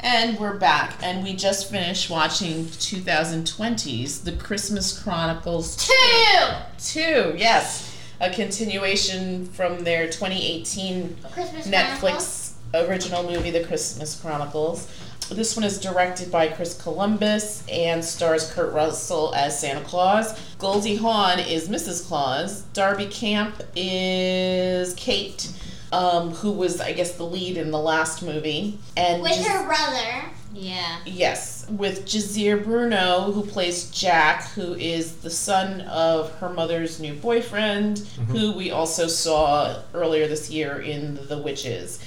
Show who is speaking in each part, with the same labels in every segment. Speaker 1: And we're back, and we just finished watching 2020's The Christmas Chronicles
Speaker 2: Two.
Speaker 1: 2. Yes, a continuation from their 2018
Speaker 2: Christmas Chronicles.
Speaker 1: Netflix original movie, The Christmas Chronicles. This one is directed by Chris Columbus and stars Kurt Russell as Santa Claus. Goldie Hawn is Mrs. Claus. Darby Camp is Kate, um, who was, I guess, the lead in the last movie. And
Speaker 2: With
Speaker 1: Gis-
Speaker 2: her brother.
Speaker 3: Yeah.
Speaker 1: Yes, with Jazir Bruno, who plays Jack, who is the son of her mother's new boyfriend, who we also saw earlier this year in The Witches.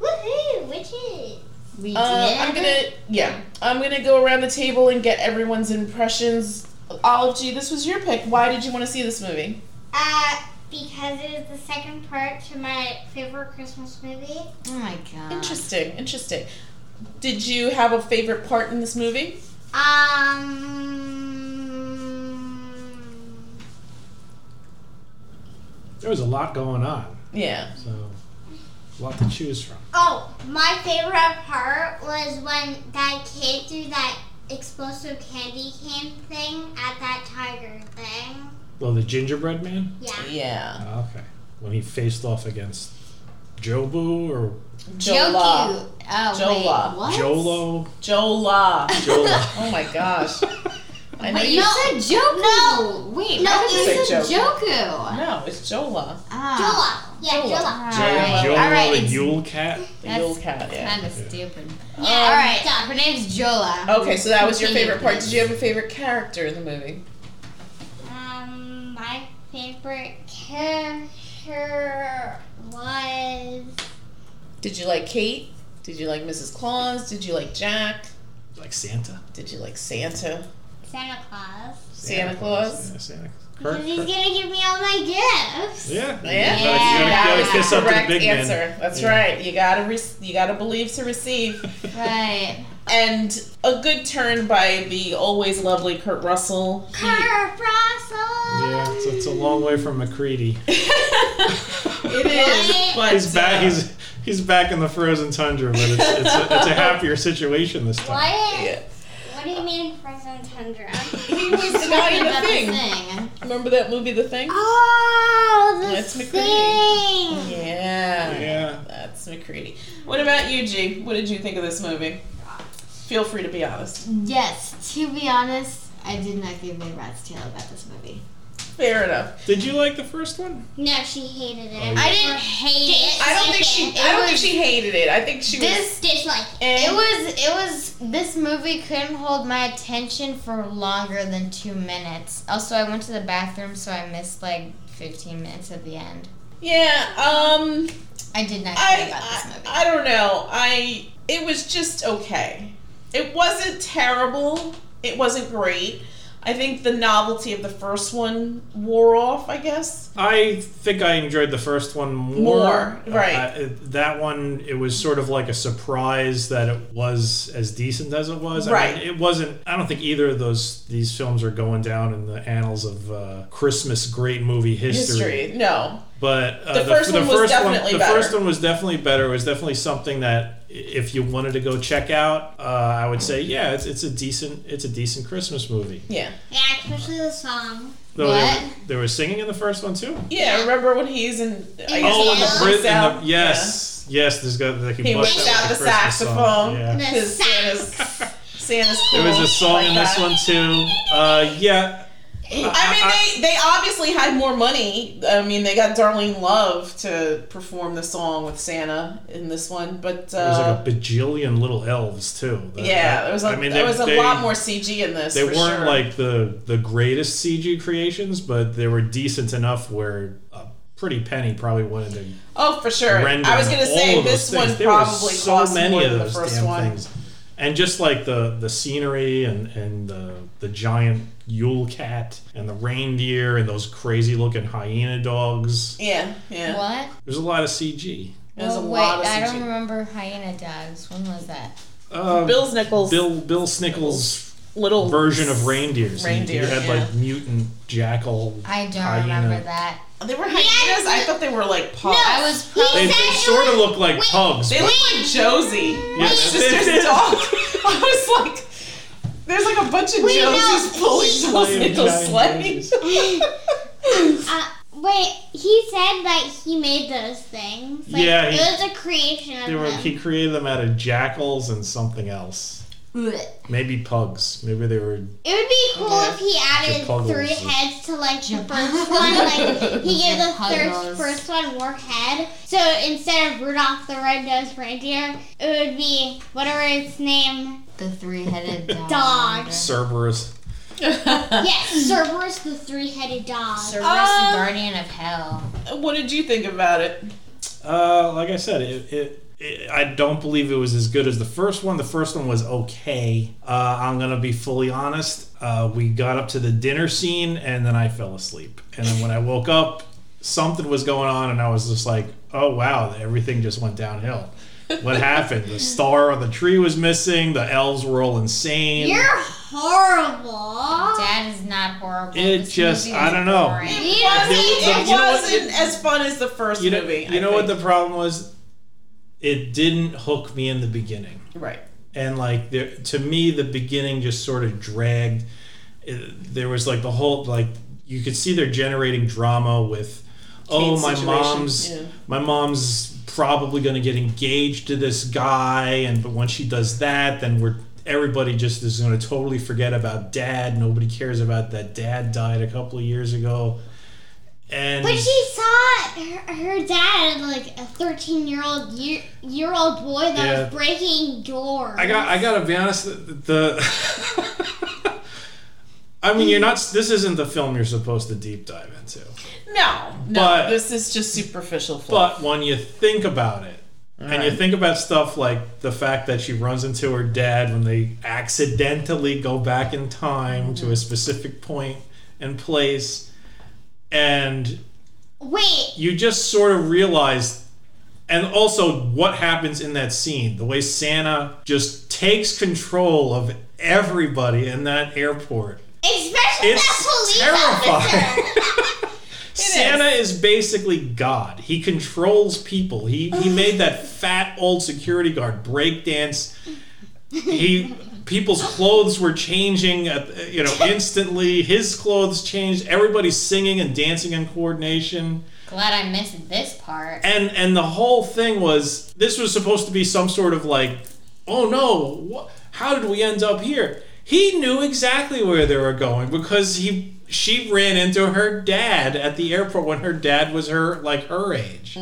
Speaker 2: Woohoo! Witches.
Speaker 3: We
Speaker 1: Uh,
Speaker 3: did.
Speaker 1: I'm gonna, yeah, I'm gonna go around the table and get everyone's impressions. Olive G, this was your pick. Why did you want to see this movie?
Speaker 2: Uh, because it is the second part to my favorite Christmas movie.
Speaker 3: Oh my
Speaker 2: Uh.
Speaker 3: god.
Speaker 1: Interesting, interesting. Did you have a favorite part in this movie?
Speaker 2: Um.
Speaker 4: There was a lot going on,
Speaker 1: Yeah.
Speaker 4: so a lot to choose from.
Speaker 2: Oh, my favorite part was when that kid threw that explosive candy cane thing at that tiger thing.
Speaker 4: Well, the gingerbread man.
Speaker 2: Yeah.
Speaker 1: Yeah.
Speaker 4: Oh, okay, when he faced off against Jobu or
Speaker 1: Jola.
Speaker 3: Joku. Oh,
Speaker 1: Jola.
Speaker 3: wait, what?
Speaker 4: Jolo.
Speaker 1: Jola.
Speaker 4: Jola.
Speaker 1: Oh my gosh. I know
Speaker 3: Wait,
Speaker 1: you
Speaker 3: you said Joku.
Speaker 2: No.
Speaker 3: Wait,
Speaker 2: No,
Speaker 3: why did
Speaker 1: you
Speaker 3: you
Speaker 1: said
Speaker 3: say Joku?
Speaker 1: No, it's Jola.
Speaker 3: Ah,
Speaker 2: Jola. Yeah,
Speaker 1: Jola.
Speaker 2: Jola.
Speaker 4: Jolo,
Speaker 3: Alright.
Speaker 4: Jolo
Speaker 3: Alright,
Speaker 4: the
Speaker 3: it's-
Speaker 4: Yule Cat.
Speaker 1: The
Speaker 3: That's-
Speaker 1: Yule Cat, yeah.
Speaker 3: kind of stupid.
Speaker 2: Yeah,
Speaker 3: All right,
Speaker 2: done.
Speaker 3: her name's Jola.
Speaker 1: Okay, so that was your
Speaker 3: Continue,
Speaker 1: favorite part.
Speaker 3: please.
Speaker 1: Did you have a favorite character in the movie?
Speaker 2: Um, my favorite character was.
Speaker 1: Did you like Kate? Did you like Mrs. Claus? Did you like Jack?
Speaker 4: Like Santa.
Speaker 1: Did you like Santa?
Speaker 2: Santa Claus.
Speaker 1: Santa Claus?
Speaker 4: Yeah, Santa Claus.
Speaker 2: Because he's gonna give me all my gifts.
Speaker 4: Yeah.
Speaker 1: Yeah.
Speaker 4: You gotta, you
Speaker 1: That
Speaker 4: gotta
Speaker 1: was
Speaker 4: kiss
Speaker 1: the
Speaker 4: up to the
Speaker 1: correct
Speaker 4: big
Speaker 1: answer.
Speaker 4: man.
Speaker 1: That's
Speaker 4: Yeah.
Speaker 1: right. You gotta re- you gotta believe to receive.
Speaker 3: Right.
Speaker 1: And a good turn by the always lovely Kurt Russell. He-
Speaker 2: Kurt Russell.
Speaker 4: Yeah, it's, it's a long way from McCready.
Speaker 1: it is, but
Speaker 4: He's
Speaker 1: uh,
Speaker 4: back. He's he's back in the frozen tundra, but it's it's a, it's a happier situation this time.
Speaker 2: What?
Speaker 1: yeah.
Speaker 2: What do you mean frozen tundra?
Speaker 1: he was the guy in the
Speaker 3: About the
Speaker 1: thing.
Speaker 3: thing.
Speaker 1: Remember that movie, The Thing?
Speaker 2: Oh, the
Speaker 1: That's McCready.
Speaker 2: thing.
Speaker 1: Yeah.
Speaker 4: Yeah.
Speaker 1: That's McCready. What about you, G? What did you think of this movie? Feel free to be honest.
Speaker 3: Yes, to be honest, I did not give a rat's tail about this movie.
Speaker 1: Fair enough.
Speaker 4: Did you like the first one?
Speaker 2: No, she hated it.
Speaker 4: I
Speaker 3: didn't
Speaker 2: hate it.
Speaker 1: I don't think she. I don't think she hated it. I think she was.
Speaker 3: This
Speaker 2: dislike it.
Speaker 1: eh.
Speaker 3: it was it was this movie couldn't hold my attention for longer than two minutes. Also, I went to the bathroom, so I missed like fifteen minutes at the end.
Speaker 1: Yeah. Um.
Speaker 3: I did not care
Speaker 1: I,
Speaker 3: about this
Speaker 1: I.
Speaker 3: movie.
Speaker 1: I don't know. I. It was just okay. It wasn't terrible. It wasn't great. I think the novelty of the first one wore off. I guess.
Speaker 4: I think I enjoyed the first one more.
Speaker 1: More, right.
Speaker 4: Uh, it- that one, it was sort of like a surprise that it was as decent as it was. I mean,
Speaker 1: Right.
Speaker 4: it wasn't. I don't think either of those these films are going down in the annals of uh, Christmas great movie
Speaker 1: History. No.
Speaker 4: But uh,
Speaker 1: The first one was definitely
Speaker 4: one,
Speaker 1: better.
Speaker 4: The first one was definitely better. It was definitely something that i- if you wanted to go check out, uh, I would say yeah, it's, it's a decent it's a decent Christmas movie.
Speaker 1: Yeah.
Speaker 2: Yeah, especially the song.
Speaker 4: Though there-
Speaker 3: What?
Speaker 4: There was singing in the first one too.
Speaker 1: Yeah. Remember when he's in? I
Speaker 2: In
Speaker 1: guess
Speaker 2: the
Speaker 1: when
Speaker 2: house?
Speaker 1: he
Speaker 4: Brit-
Speaker 1: freaks
Speaker 4: Oh, in the-
Speaker 1: out? Yeah.
Speaker 4: yes, yes. There's got they can
Speaker 1: He
Speaker 4: bust
Speaker 1: whips
Speaker 4: out
Speaker 1: out
Speaker 4: the
Speaker 1: the
Speaker 4: Christmas song.
Speaker 1: saxophone.
Speaker 4: Yeah.
Speaker 2: The
Speaker 1: Because Santa's,
Speaker 2: sax.
Speaker 1: Santa's cool.
Speaker 4: There was a song
Speaker 1: like
Speaker 4: in this
Speaker 1: that.
Speaker 4: one too. Uh, yeah,
Speaker 1: I mean, they, they obviously had more money. I mean, they got Darlene Love to perform the song with Santa in this one, but
Speaker 4: there was
Speaker 1: uh,
Speaker 4: like a bajillion little elves too. That-
Speaker 1: yeah,
Speaker 4: that-
Speaker 1: there was a,
Speaker 4: I mean,
Speaker 1: there
Speaker 4: they-
Speaker 1: was a
Speaker 4: they-
Speaker 1: lot more CG in this.
Speaker 4: They
Speaker 1: for
Speaker 4: weren't
Speaker 1: sure.
Speaker 4: like the the greatest CG creations, but they were decent enough where a pretty penny probably wanted to
Speaker 1: oh, for sure.
Speaker 4: render.
Speaker 1: I was gonna
Speaker 4: all
Speaker 1: say
Speaker 4: of those
Speaker 1: this
Speaker 4: things.
Speaker 1: one
Speaker 4: there
Speaker 1: probably
Speaker 4: were so
Speaker 1: cost
Speaker 4: many
Speaker 1: more
Speaker 4: of
Speaker 1: than
Speaker 4: those
Speaker 1: the first
Speaker 4: damn
Speaker 1: one.
Speaker 4: things, and just like the the scenery and and the the giant Yule cat and the reindeer and those crazy looking hyena dogs.
Speaker 1: Yeah, yeah.
Speaker 3: What?
Speaker 4: There's a lot of CG.
Speaker 1: There's a
Speaker 3: Oh,
Speaker 1: lot
Speaker 3: wait,
Speaker 1: of
Speaker 3: I don't
Speaker 1: CG.
Speaker 3: remember hyena dogs. When was that?
Speaker 4: Uh,
Speaker 1: Bill's Nichols,
Speaker 4: Bill Bill Snickles
Speaker 1: little
Speaker 4: version of reindeers.
Speaker 1: Reindeer,
Speaker 4: You had
Speaker 1: yeah.
Speaker 4: like mutant jackal.
Speaker 3: I don't
Speaker 4: Hyena.
Speaker 3: remember that.
Speaker 1: They were
Speaker 2: had
Speaker 1: hyenas. I
Speaker 2: to-
Speaker 1: thought they were like pugs.
Speaker 3: I was probably.
Speaker 4: They,
Speaker 2: said
Speaker 4: they
Speaker 2: it
Speaker 4: sort of
Speaker 2: was-
Speaker 4: look like
Speaker 2: wait,
Speaker 4: pugs.
Speaker 1: They
Speaker 4: but-
Speaker 1: look like Josie, my
Speaker 4: Yeah,
Speaker 1: sister's
Speaker 4: that's-
Speaker 1: dog. I was like, there's like a bunch of
Speaker 2: Wait, no,
Speaker 1: Josies
Speaker 2: he-
Speaker 1: pulling Josie into a
Speaker 4: Giant
Speaker 1: sleigh.
Speaker 4: Josies.
Speaker 2: Uh, wait, he said that he made those things. Like,
Speaker 4: Yeah, he-
Speaker 2: it was a creation of
Speaker 4: They were,
Speaker 2: him.
Speaker 4: he created them out of jackals and something else.
Speaker 3: Blech.
Speaker 4: Maybe pugs. Maybe they were.
Speaker 2: It would be cool
Speaker 1: Yeah.
Speaker 2: if he added
Speaker 4: Chipotle
Speaker 2: three
Speaker 4: is-
Speaker 2: heads to like the
Speaker 3: Chip-
Speaker 2: first one. Like he gave the
Speaker 3: Chipotles.
Speaker 2: first first one more head. So instead of Rudolph the Red-Nosed Reindeer, it would be whatever its name.
Speaker 3: The three-headed dog.
Speaker 2: Dog.
Speaker 4: Cerberus.
Speaker 2: Yes, Cerberus the three-headed dog. Oh,
Speaker 3: Cerberus,
Speaker 1: Um,
Speaker 3: the guardian of hell.
Speaker 1: What did you think about it?
Speaker 4: Uh, like I said, it, it, it. I don't believe it was as good as the first one. The first one was okay. Uh, I'm gonna be fully honest. Uh, we got up to the dinner scene, and then I fell asleep. And then when I woke up, something was going on, and I was just like, "Oh wow, everything just went downhill." What happened? The star on the tree was missing. The elves were all insane.
Speaker 2: You're horrible.
Speaker 3: Dad is not horrible.
Speaker 4: It
Speaker 3: This
Speaker 4: just-
Speaker 3: movie
Speaker 4: I
Speaker 3: was
Speaker 4: don't know.
Speaker 3: boring.
Speaker 2: You
Speaker 1: It,
Speaker 2: don't need
Speaker 4: the-
Speaker 2: to
Speaker 4: you know what-
Speaker 1: wasn't as fun as the first
Speaker 4: you know,
Speaker 1: movie.
Speaker 4: you know what the problem was? It didn't hook me in the beginning.
Speaker 1: the right.
Speaker 4: and like there, to me the beginning just sort of dragged It- there was like the whole like you could see they're generating drama with oh
Speaker 1: Kate's
Speaker 4: my
Speaker 1: situation,
Speaker 4: mom's
Speaker 1: yeah.
Speaker 4: my mom's probably going to get engaged to this guy and but once she does that then we're everybody just is going to totally forget about dad nobody cares about that dad died a couple of years ago and
Speaker 2: But she saw her, her dad, like a 13-year-old year, year old boy that
Speaker 4: Yeah.
Speaker 2: was breaking doors.
Speaker 4: I got. I gotta be honest. The. the I mean, you're not. This isn't the film you're supposed to deep dive into.
Speaker 1: No, no.
Speaker 4: But-
Speaker 1: this is just superficial. Fluff.
Speaker 4: But when you think about it, and you
Speaker 1: Right.
Speaker 4: think about stuff like the fact that she runs into her dad when they accidentally go back in time to a specific point and place, and
Speaker 2: Wait,
Speaker 4: you just sort of realize and also what happens in that scene the way santa just takes control of everybody in that airport
Speaker 2: especially that
Speaker 4: it's
Speaker 2: police officer.
Speaker 4: terrifying santa is. basically god he controls people he, he made that fat old security guard breakdance he people's clothes were changing at, you know instantly his clothes changed everybody's singing and dancing in coordination
Speaker 3: Glad I missed this part.
Speaker 4: and and the whole thing was this was supposed to be some sort of like oh no wh- how did we end up here he knew exactly where they were going because he she ran into her dad at the airport when her dad was her like her age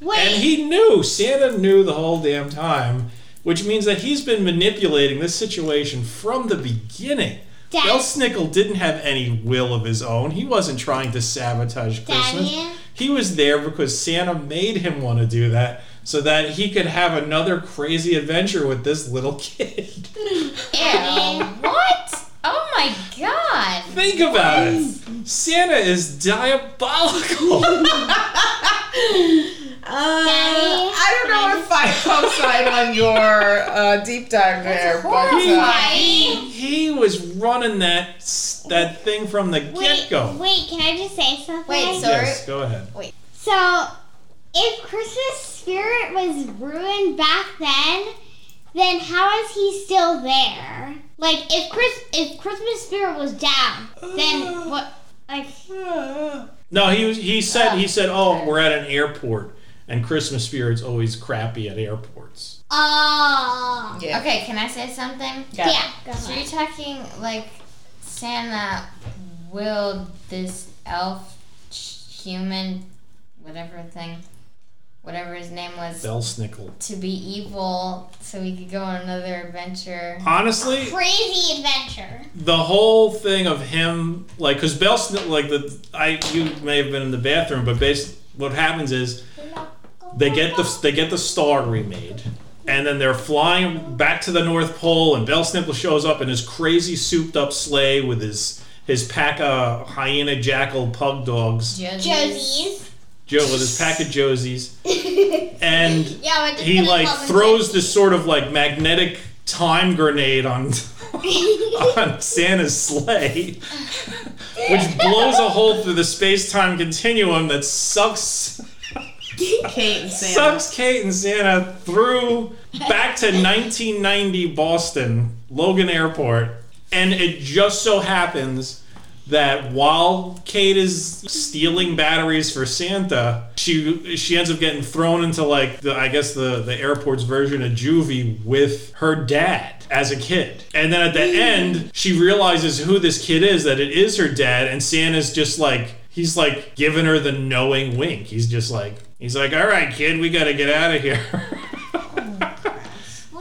Speaker 2: Wait,
Speaker 4: and he knew santa knew the whole damn time which means that he's been manipulating this situation from the beginning
Speaker 2: Dad-
Speaker 4: Elsnickel didn't have any will of his own. He wasn't trying to sabotage Christmas.
Speaker 2: Daddy?
Speaker 4: He was there because Santa made him want to do that so that he could have another crazy adventure with this little kid.
Speaker 3: Ew. what? Oh my god.
Speaker 4: Think about it. Santa is diabolical.
Speaker 1: Uh, I don't know if I co-sign on your uh, deep dive there, but uh,
Speaker 3: Horrifying.
Speaker 4: he was running that s- that thing from the
Speaker 2: wait,
Speaker 4: get-go.
Speaker 2: wait, can I just say something?
Speaker 3: Wait, so-
Speaker 4: Yes, go ahead.
Speaker 2: So, if Christmas spirit was ruined back then, then how is he still there? Like, if Chris, if Christmas spirit was down,
Speaker 4: Uh.
Speaker 2: then what? Like,
Speaker 4: No, he was, he said he said, "Oh, we're at an airport and Christmas spirit's always crappy at airports."
Speaker 2: oh,
Speaker 1: yeah.
Speaker 3: Okay, can I say something?
Speaker 1: Yeah.
Speaker 2: yeah. go
Speaker 3: So
Speaker 2: on.
Speaker 3: you're talking like Santa willed this elf ch- human, whatever thing, whatever his name was,
Speaker 4: Belsnickel.
Speaker 3: to be evil so we could go on another adventure.
Speaker 4: Honestly,
Speaker 2: Crazy adventure.
Speaker 4: the whole thing of him like because Bell Sn- like the I you may have been in the bathroom, but based what happens is they get the they get the star remade. And then they're flying back to the North Pole, and Bell Snipple shows up in his crazy souped-up sleigh with his his pack of hyena jackal pug dogs,
Speaker 3: Josie's-
Speaker 2: Josie's.
Speaker 4: Joe with his pack of Josies, and
Speaker 2: Yeah, but
Speaker 4: he like throws this sort of like magnetic time grenade on on Santa's sleigh, which blows a hole through the space-time continuum that sucks
Speaker 1: Kate and Santa.
Speaker 4: sucks Kate and Santa through back to 1990 Boston Logan Airport, and it just so happens that while Kate is stealing batteries for Santa, she she ends up getting thrown into like the I guess the the airport's version of juvie with her dad as a kid. And then at the end, she realizes who this kid is that it is her dad and Santa's just like he's like giving her the knowing wink. He's just like he's like, "All right, kid, we got to get out of here."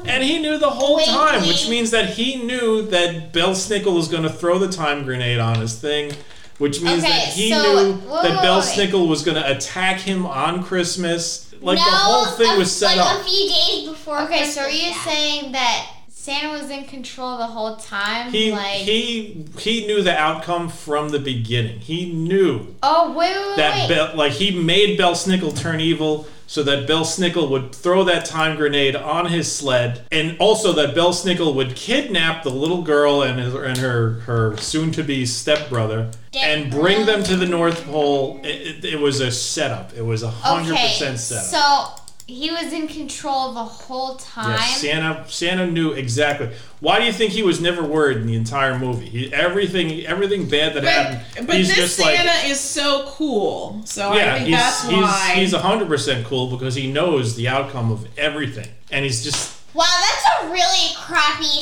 Speaker 4: And he knew the whole
Speaker 3: Wait,
Speaker 4: time,
Speaker 3: wait.
Speaker 4: which means that he knew that Bell Snickle was going to throw the time grenade on his thing, which means
Speaker 3: Okay,
Speaker 4: that he
Speaker 3: so-
Speaker 4: knew
Speaker 3: wait,
Speaker 4: that
Speaker 3: wait,
Speaker 4: Bell
Speaker 3: wait.
Speaker 4: Snickle was going to attack him on Christmas. Like
Speaker 2: no,
Speaker 4: the whole thing
Speaker 2: a-
Speaker 4: was
Speaker 2: uh,
Speaker 4: set
Speaker 2: like
Speaker 4: up.
Speaker 2: a few days before.
Speaker 3: Okay, so are
Speaker 2: Christmas,
Speaker 3: you
Speaker 2: yeah.
Speaker 3: saying that Santa was in control the whole time?
Speaker 4: He,
Speaker 3: like,
Speaker 4: he he knew the outcome from the beginning. He knew
Speaker 3: oh wait, wait, wait,
Speaker 4: that
Speaker 3: wait.
Speaker 4: Bell, like he made Bell Snickle turn evil so that Bell Snickle would throw that time grenade on his sled, and also that Bell Snickle would kidnap the little girl and his, and her her soon to be stepbrother and bring them to the North Pole. It, it, it was a setup. It was a hundred
Speaker 3: okay,
Speaker 4: percent setup.
Speaker 3: so he was in control the whole time.
Speaker 4: Yes, Santa. Santa knew exactly. Why do you think he was never worried in the entire movie? He, everything, everything bad that
Speaker 1: But,
Speaker 4: happened.
Speaker 1: but
Speaker 4: he's
Speaker 1: this
Speaker 4: just
Speaker 1: Santa
Speaker 4: like,
Speaker 1: is so cool. So I
Speaker 4: yeah,
Speaker 1: think
Speaker 4: he's
Speaker 1: that's why.
Speaker 4: he's he's hundred percent cool because he knows the outcome of everything, and he's just
Speaker 2: Wow, that's a really crappy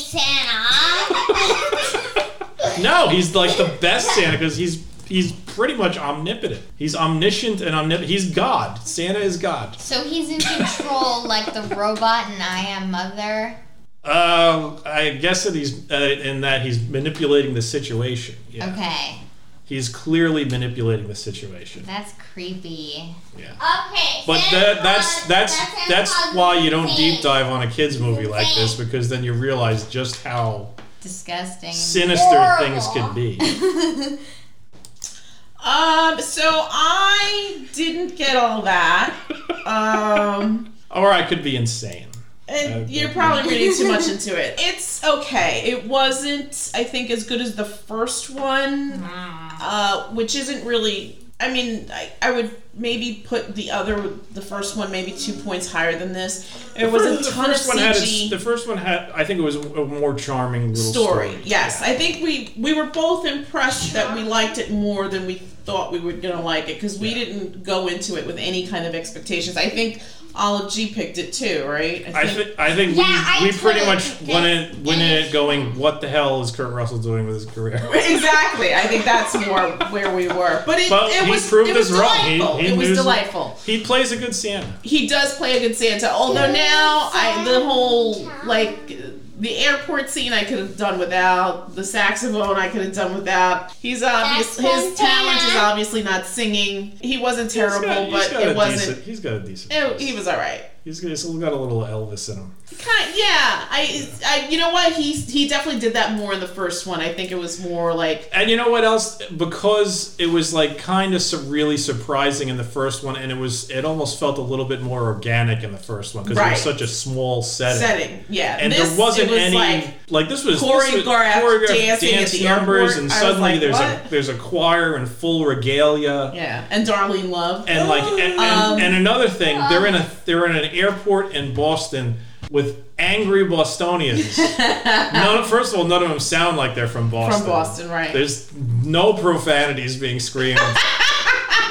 Speaker 2: Santa.
Speaker 4: no, he's like the best Santa because he's he's pretty much omnipotent. He's omniscient and omnipotent. He's God. Santa is God.
Speaker 3: So he's in control like the robot and I am mother.
Speaker 4: Uh, I guess that he's uh, in that he's manipulating the situation. Yeah,
Speaker 3: Okay,
Speaker 4: he's clearly manipulating the situation.
Speaker 3: that's creepy.
Speaker 4: Yeah.
Speaker 2: okay,
Speaker 4: But
Speaker 2: Santa
Speaker 4: that, that's
Speaker 2: Claus-
Speaker 4: that's
Speaker 2: Santa Claus
Speaker 4: that's why
Speaker 2: is
Speaker 4: you don't deep
Speaker 2: insane.
Speaker 4: dive on a kids movie like
Speaker 2: Insane.
Speaker 4: this because then you realize just how
Speaker 3: Disgusting.
Speaker 4: sinister
Speaker 2: Horrible.
Speaker 4: things could be.
Speaker 1: um, so I didn't get all that. Um,
Speaker 4: or I could be insane.
Speaker 1: and
Speaker 4: Okay.
Speaker 1: you're probably reading too much into it. It's okay. It wasn't, I think, as good as the first one.
Speaker 3: Mm.
Speaker 1: uh, which isn't really. I mean, I, I would maybe put the other, the first one, maybe two points higher than this. There was a
Speaker 4: the
Speaker 1: ton of
Speaker 4: first one had
Speaker 1: CG
Speaker 4: its, the first one had I think it was a more charming little
Speaker 1: story.
Speaker 4: story.
Speaker 1: Yes, I think we we were both impressed that we liked it more than we thought we were gonna like it because we didn't go into it with any kind of expectations. I think Olive G picked it too, right?
Speaker 4: I think I think
Speaker 2: Yeah, I
Speaker 4: we, we pretty
Speaker 2: totally
Speaker 4: much
Speaker 2: think
Speaker 4: went in went in it going, what the hell is Kurt Russell doing with his career?
Speaker 1: exactly. I think that's more where we were. But it,
Speaker 4: But
Speaker 1: it
Speaker 4: he
Speaker 1: was
Speaker 4: proved
Speaker 1: it was
Speaker 4: us wrong. He-
Speaker 1: delightful.
Speaker 4: he
Speaker 1: it was
Speaker 4: knew-
Speaker 1: delightful.
Speaker 4: he plays a good Santa.
Speaker 1: he does play a good Santa. Although now, I the whole like the airport scene I could have done without. The saxophone I could have done without. He's obvious.
Speaker 2: Saxophone
Speaker 1: His talent is
Speaker 2: Santa.
Speaker 1: obviously not singing. He wasn't
Speaker 4: He's got-
Speaker 1: terrible,
Speaker 4: he's
Speaker 1: but
Speaker 4: got a
Speaker 1: it wasn't.
Speaker 4: Decent, he's got a decent.
Speaker 1: It,
Speaker 4: voice.
Speaker 1: he was all right.
Speaker 4: he's got, he's got a little Elvis in him.
Speaker 1: Kind, yeah. I, I, you know what? He he definitely did that more in the first one. I think it was more like
Speaker 4: And you know what else? Because it was like kind of su- really surprising in the first one, and it was it almost felt a little bit more organic in the first one because it
Speaker 1: Right.
Speaker 4: was such a small setting.
Speaker 1: setting. Yeah,
Speaker 4: And
Speaker 1: This,
Speaker 4: there wasn't
Speaker 1: it was
Speaker 4: any
Speaker 1: like
Speaker 4: like, this was this was
Speaker 1: choreographed dancing at
Speaker 4: dance
Speaker 1: the
Speaker 4: numbers,
Speaker 1: airport.
Speaker 4: and
Speaker 1: I was
Speaker 4: suddenly
Speaker 1: like,
Speaker 4: there's a
Speaker 1: what?
Speaker 4: there's a choir in full regalia.
Speaker 1: yeah. And Darlene Love
Speaker 4: And uh, like and, and,
Speaker 1: Um,
Speaker 4: and another thing, they're in a they're in an airport in Boston with angry Bostonians. none, first of all, none of them sound like they're from Boston.
Speaker 1: from Boston, right?
Speaker 4: There's no profanities being screamed.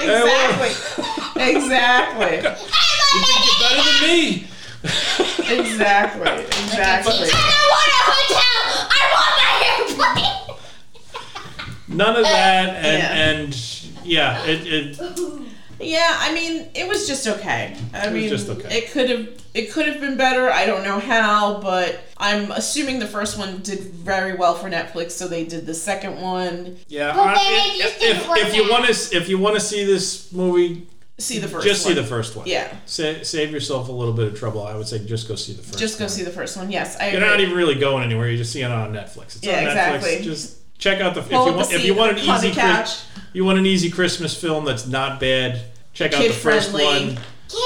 Speaker 1: Exactly. exactly.
Speaker 4: you think you're better than me?
Speaker 1: Exactly. Exactly.
Speaker 2: I don't want a hotel. I want my airplane.
Speaker 4: None of that,
Speaker 1: Yeah.
Speaker 4: and and yeah, it, it
Speaker 1: Yeah, I mean, it was just okay. I
Speaker 4: was
Speaker 1: mean,
Speaker 4: just okay.
Speaker 1: it could have it could have been better. I don't know how, but I'm assuming the first one did very well for Netflix, so they did the second one.
Speaker 4: yeah.
Speaker 2: Well,
Speaker 4: I-
Speaker 2: then
Speaker 4: it-
Speaker 2: it just
Speaker 4: if,
Speaker 2: didn't work
Speaker 4: if you
Speaker 2: out.
Speaker 4: want to if you want to see this movie,
Speaker 1: See the first.
Speaker 4: just
Speaker 1: one.
Speaker 4: see the first one.
Speaker 1: Yeah.
Speaker 4: Sa- save yourself a little bit of trouble. I would say just go see the first.
Speaker 1: Just go
Speaker 4: one.
Speaker 1: see the first one. Yes, I.
Speaker 4: You're
Speaker 1: agree.
Speaker 4: not even really going anywhere. You're just seeing it on Netflix. It's
Speaker 1: Yeah,
Speaker 4: on Netflix.
Speaker 1: exactly.
Speaker 4: Just check out the if you
Speaker 1: Pull up a
Speaker 4: want if you want an
Speaker 1: seat on the
Speaker 4: easy
Speaker 1: couch.
Speaker 4: Chris, you want an easy Christmas film that's not bad. Check out the first
Speaker 1: Kid-friendly.
Speaker 4: one.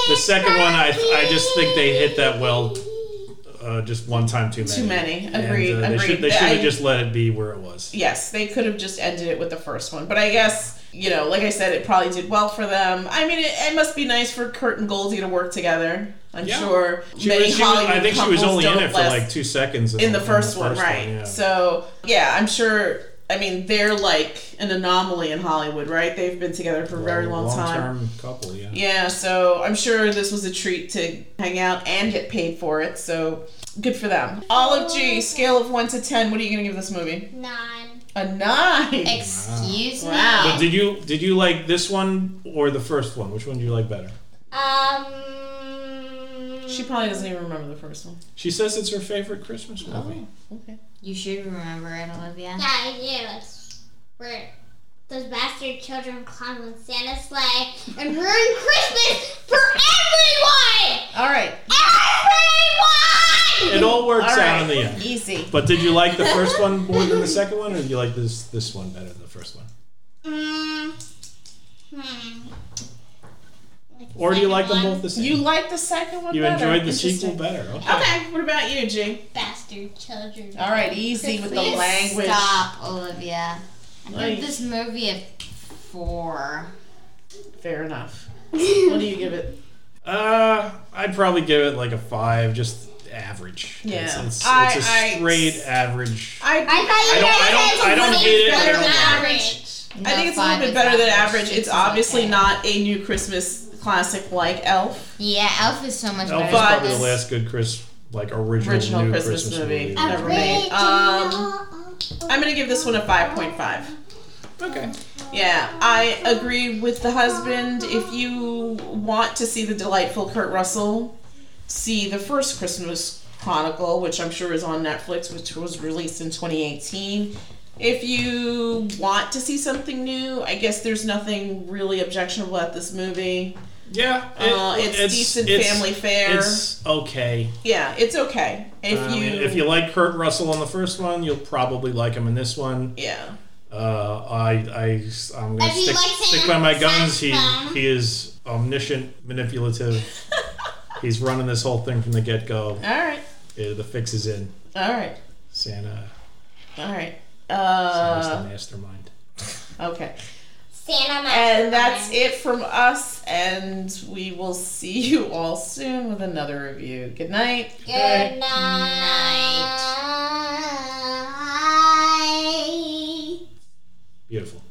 Speaker 4: The second one, I I just think they hit that well uh, just one time too many.
Speaker 1: Too many.
Speaker 4: And, uh,
Speaker 1: Agreed,
Speaker 4: they
Speaker 1: agreed.
Speaker 4: should, they should have
Speaker 1: I-
Speaker 4: just let it be where it was.
Speaker 1: Yes, they could have just ended it with the first one, but I guess you know, like I said, it probably did well for them. I mean, it, it must be nice for Kurt and Goldie to work together. I'm
Speaker 4: Yeah.
Speaker 1: sure
Speaker 4: She
Speaker 1: many
Speaker 4: was, she was-
Speaker 1: Hollywood
Speaker 4: I think she was
Speaker 1: couples
Speaker 4: only in
Speaker 1: don't
Speaker 4: it for
Speaker 1: last
Speaker 4: like two seconds
Speaker 1: in the first one, right?
Speaker 4: yeah.
Speaker 1: So yeah, I'm sure. I mean, they're like an anomaly in Hollywood, right? They've been together for a very long, time.
Speaker 4: Long-term couple, yeah.
Speaker 1: Yeah, so I'm sure this was a treat to hang out and get paid for it. So good for them. Olive G, scale of one to ten, what are you gonna give this movie?
Speaker 2: None.
Speaker 1: A nine.
Speaker 3: Excuse
Speaker 1: Wow.
Speaker 3: me.
Speaker 4: But did you did you like this one or the first one? Which one do you like better?
Speaker 2: Um.
Speaker 1: She probably doesn't even remember the first one.
Speaker 4: She says it's her favorite Christmas movie.
Speaker 1: Okay.
Speaker 3: You should remember it, Olivia.
Speaker 2: Yeah, I do. It's where those bastard children climb on Santa's sleigh and ruin Christmas for everyone!
Speaker 1: All right.
Speaker 2: Everyone!
Speaker 4: It all works
Speaker 1: All right.
Speaker 4: out in the end.
Speaker 1: Easy.
Speaker 4: But did you like the first one more than the second one, or did you like this this one better than the first one?
Speaker 2: Mm. Hmm.
Speaker 4: Or do you like them
Speaker 2: Second
Speaker 4: both the same?
Speaker 1: You liked the second one
Speaker 4: You
Speaker 1: better.
Speaker 4: enjoyed the
Speaker 1: Interesting.
Speaker 4: sequel better. Okay.
Speaker 1: Okay, what about you, G?
Speaker 2: Bastard children.
Speaker 1: All right, easy with the
Speaker 3: Please
Speaker 1: language.
Speaker 3: Stop, Olivia. I
Speaker 1: Like-
Speaker 3: give this movie a four.
Speaker 1: Fair enough. What do you give it?
Speaker 4: Uh, I'd probably give it like a five, just average.
Speaker 1: Yeah.
Speaker 4: It's, it's,
Speaker 1: I-
Speaker 4: it's
Speaker 1: I-
Speaker 4: a straight average.
Speaker 2: I thought
Speaker 4: I
Speaker 2: you
Speaker 4: don't- I
Speaker 2: guys
Speaker 4: don't-
Speaker 2: said
Speaker 4: I don't
Speaker 2: something
Speaker 4: hate it,
Speaker 2: better
Speaker 4: I don't
Speaker 2: than
Speaker 4: love
Speaker 2: average.
Speaker 3: No,
Speaker 1: I think it's a little
Speaker 3: five
Speaker 1: bit
Speaker 3: is
Speaker 1: better than average.
Speaker 3: Six
Speaker 1: It's
Speaker 3: is
Speaker 1: obviously
Speaker 3: okay.
Speaker 1: not a new Christmas classic like Elf.
Speaker 3: Yeah, Elf is so much
Speaker 4: Elf
Speaker 3: better.
Speaker 4: is
Speaker 1: But-
Speaker 4: probably the
Speaker 3: than this.
Speaker 4: last good Chris, like original,
Speaker 1: Original
Speaker 4: new
Speaker 1: Christmas movie.
Speaker 4: ever.
Speaker 1: Never mind. Um, I'm gonna give this one a 5.5.
Speaker 4: Okay.
Speaker 1: Yeah, I agree with the husband. If you want to see the delightful Kurt Russell, see the first Christmas Chronicle, which I'm sure is on Netflix, which was released in 2018. If you want to see something new, I guess there's nothing really objectionable at this movie.
Speaker 4: Yeah.
Speaker 1: Uh,
Speaker 4: it-
Speaker 1: it's, decent
Speaker 4: it's-
Speaker 1: family fare.
Speaker 4: It's okay.
Speaker 1: yeah, it's okay. If
Speaker 4: I
Speaker 1: you,
Speaker 4: mean, if you like Kurt Russell on the first one, you'll probably like him in this one.
Speaker 1: yeah,
Speaker 4: Uh, I, I, I'm gonna
Speaker 2: If you
Speaker 4: stick,
Speaker 2: like him
Speaker 4: stick by my
Speaker 2: on
Speaker 4: guns. He,
Speaker 2: saxophone.
Speaker 4: he is omniscient, manipulative. He's running this whole thing from the get go.
Speaker 1: all right,
Speaker 4: The fix is in.
Speaker 1: all right,
Speaker 4: Santa
Speaker 1: all right.
Speaker 4: Santa's
Speaker 1: Uh,
Speaker 4: the mastermind.
Speaker 1: okay.
Speaker 2: Santa
Speaker 1: And that's it from us, and we will see you all soon with another review. Good night.
Speaker 2: Good night.
Speaker 4: Beautiful.